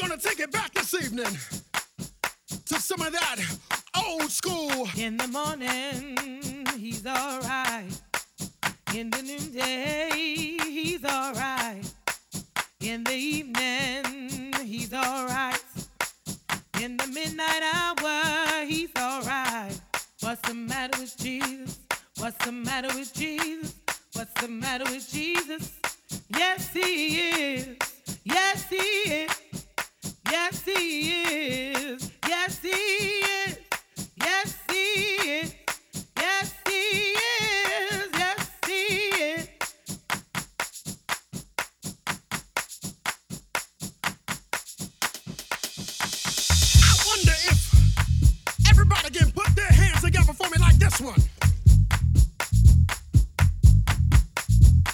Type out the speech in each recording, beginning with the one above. gonna take it back this evening to some of that old school. In the morning, he's alright. In the noonday, he's alright. In the evening, he's alright. In the midnight hour, he's alright. What's the matter with Jesus? What's the matter with Jesus? What's the matter with Jesus? Yes, he is. Yes, he is. Yes, he is. Yes, he is. Yes, he is. Yes, he is. Yes, he is. I wonder if everybody can put their hands together for me like this one.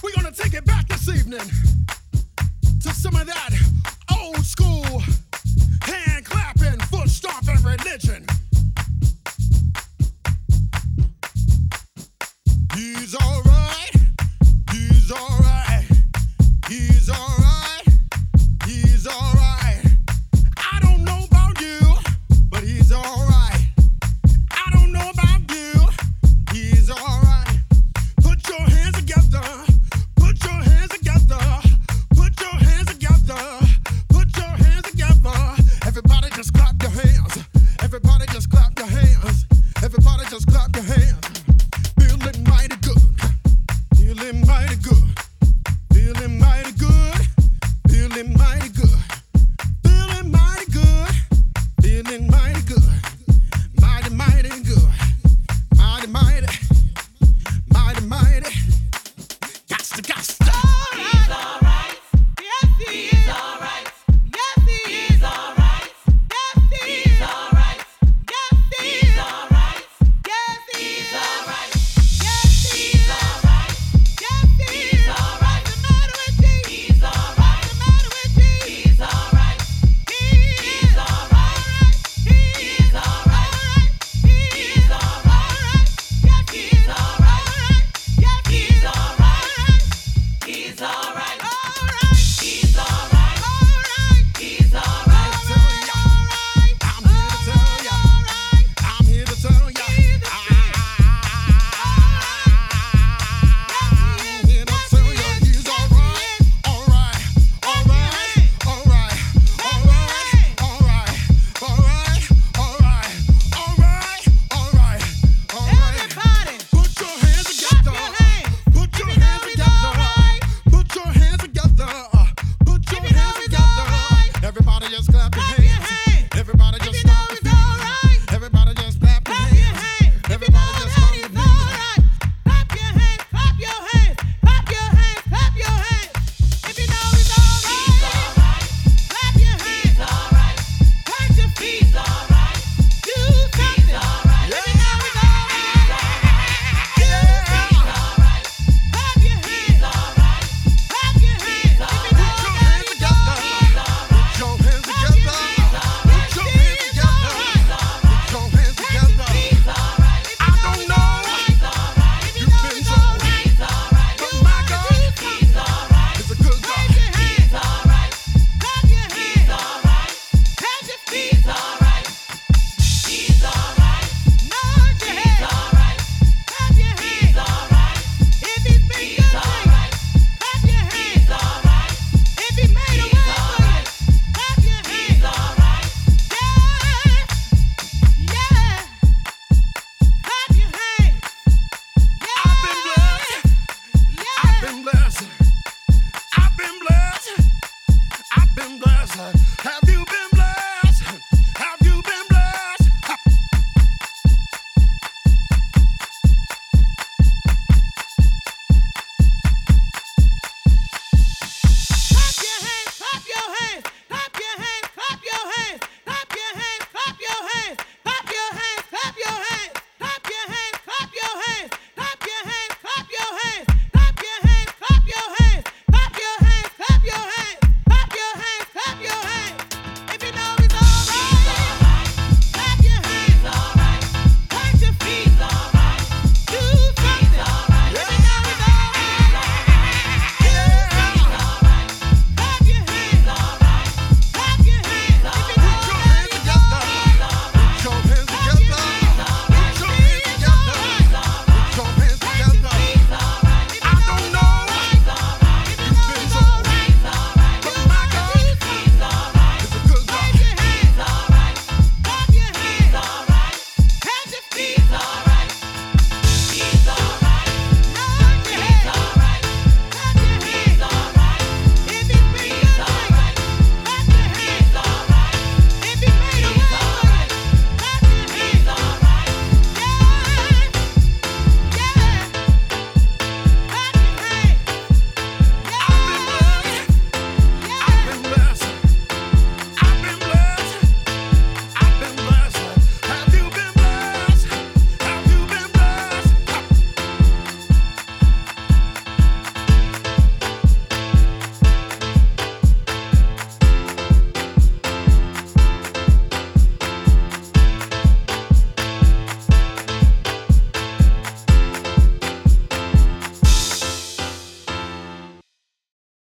We're gonna take it back this evening to some of that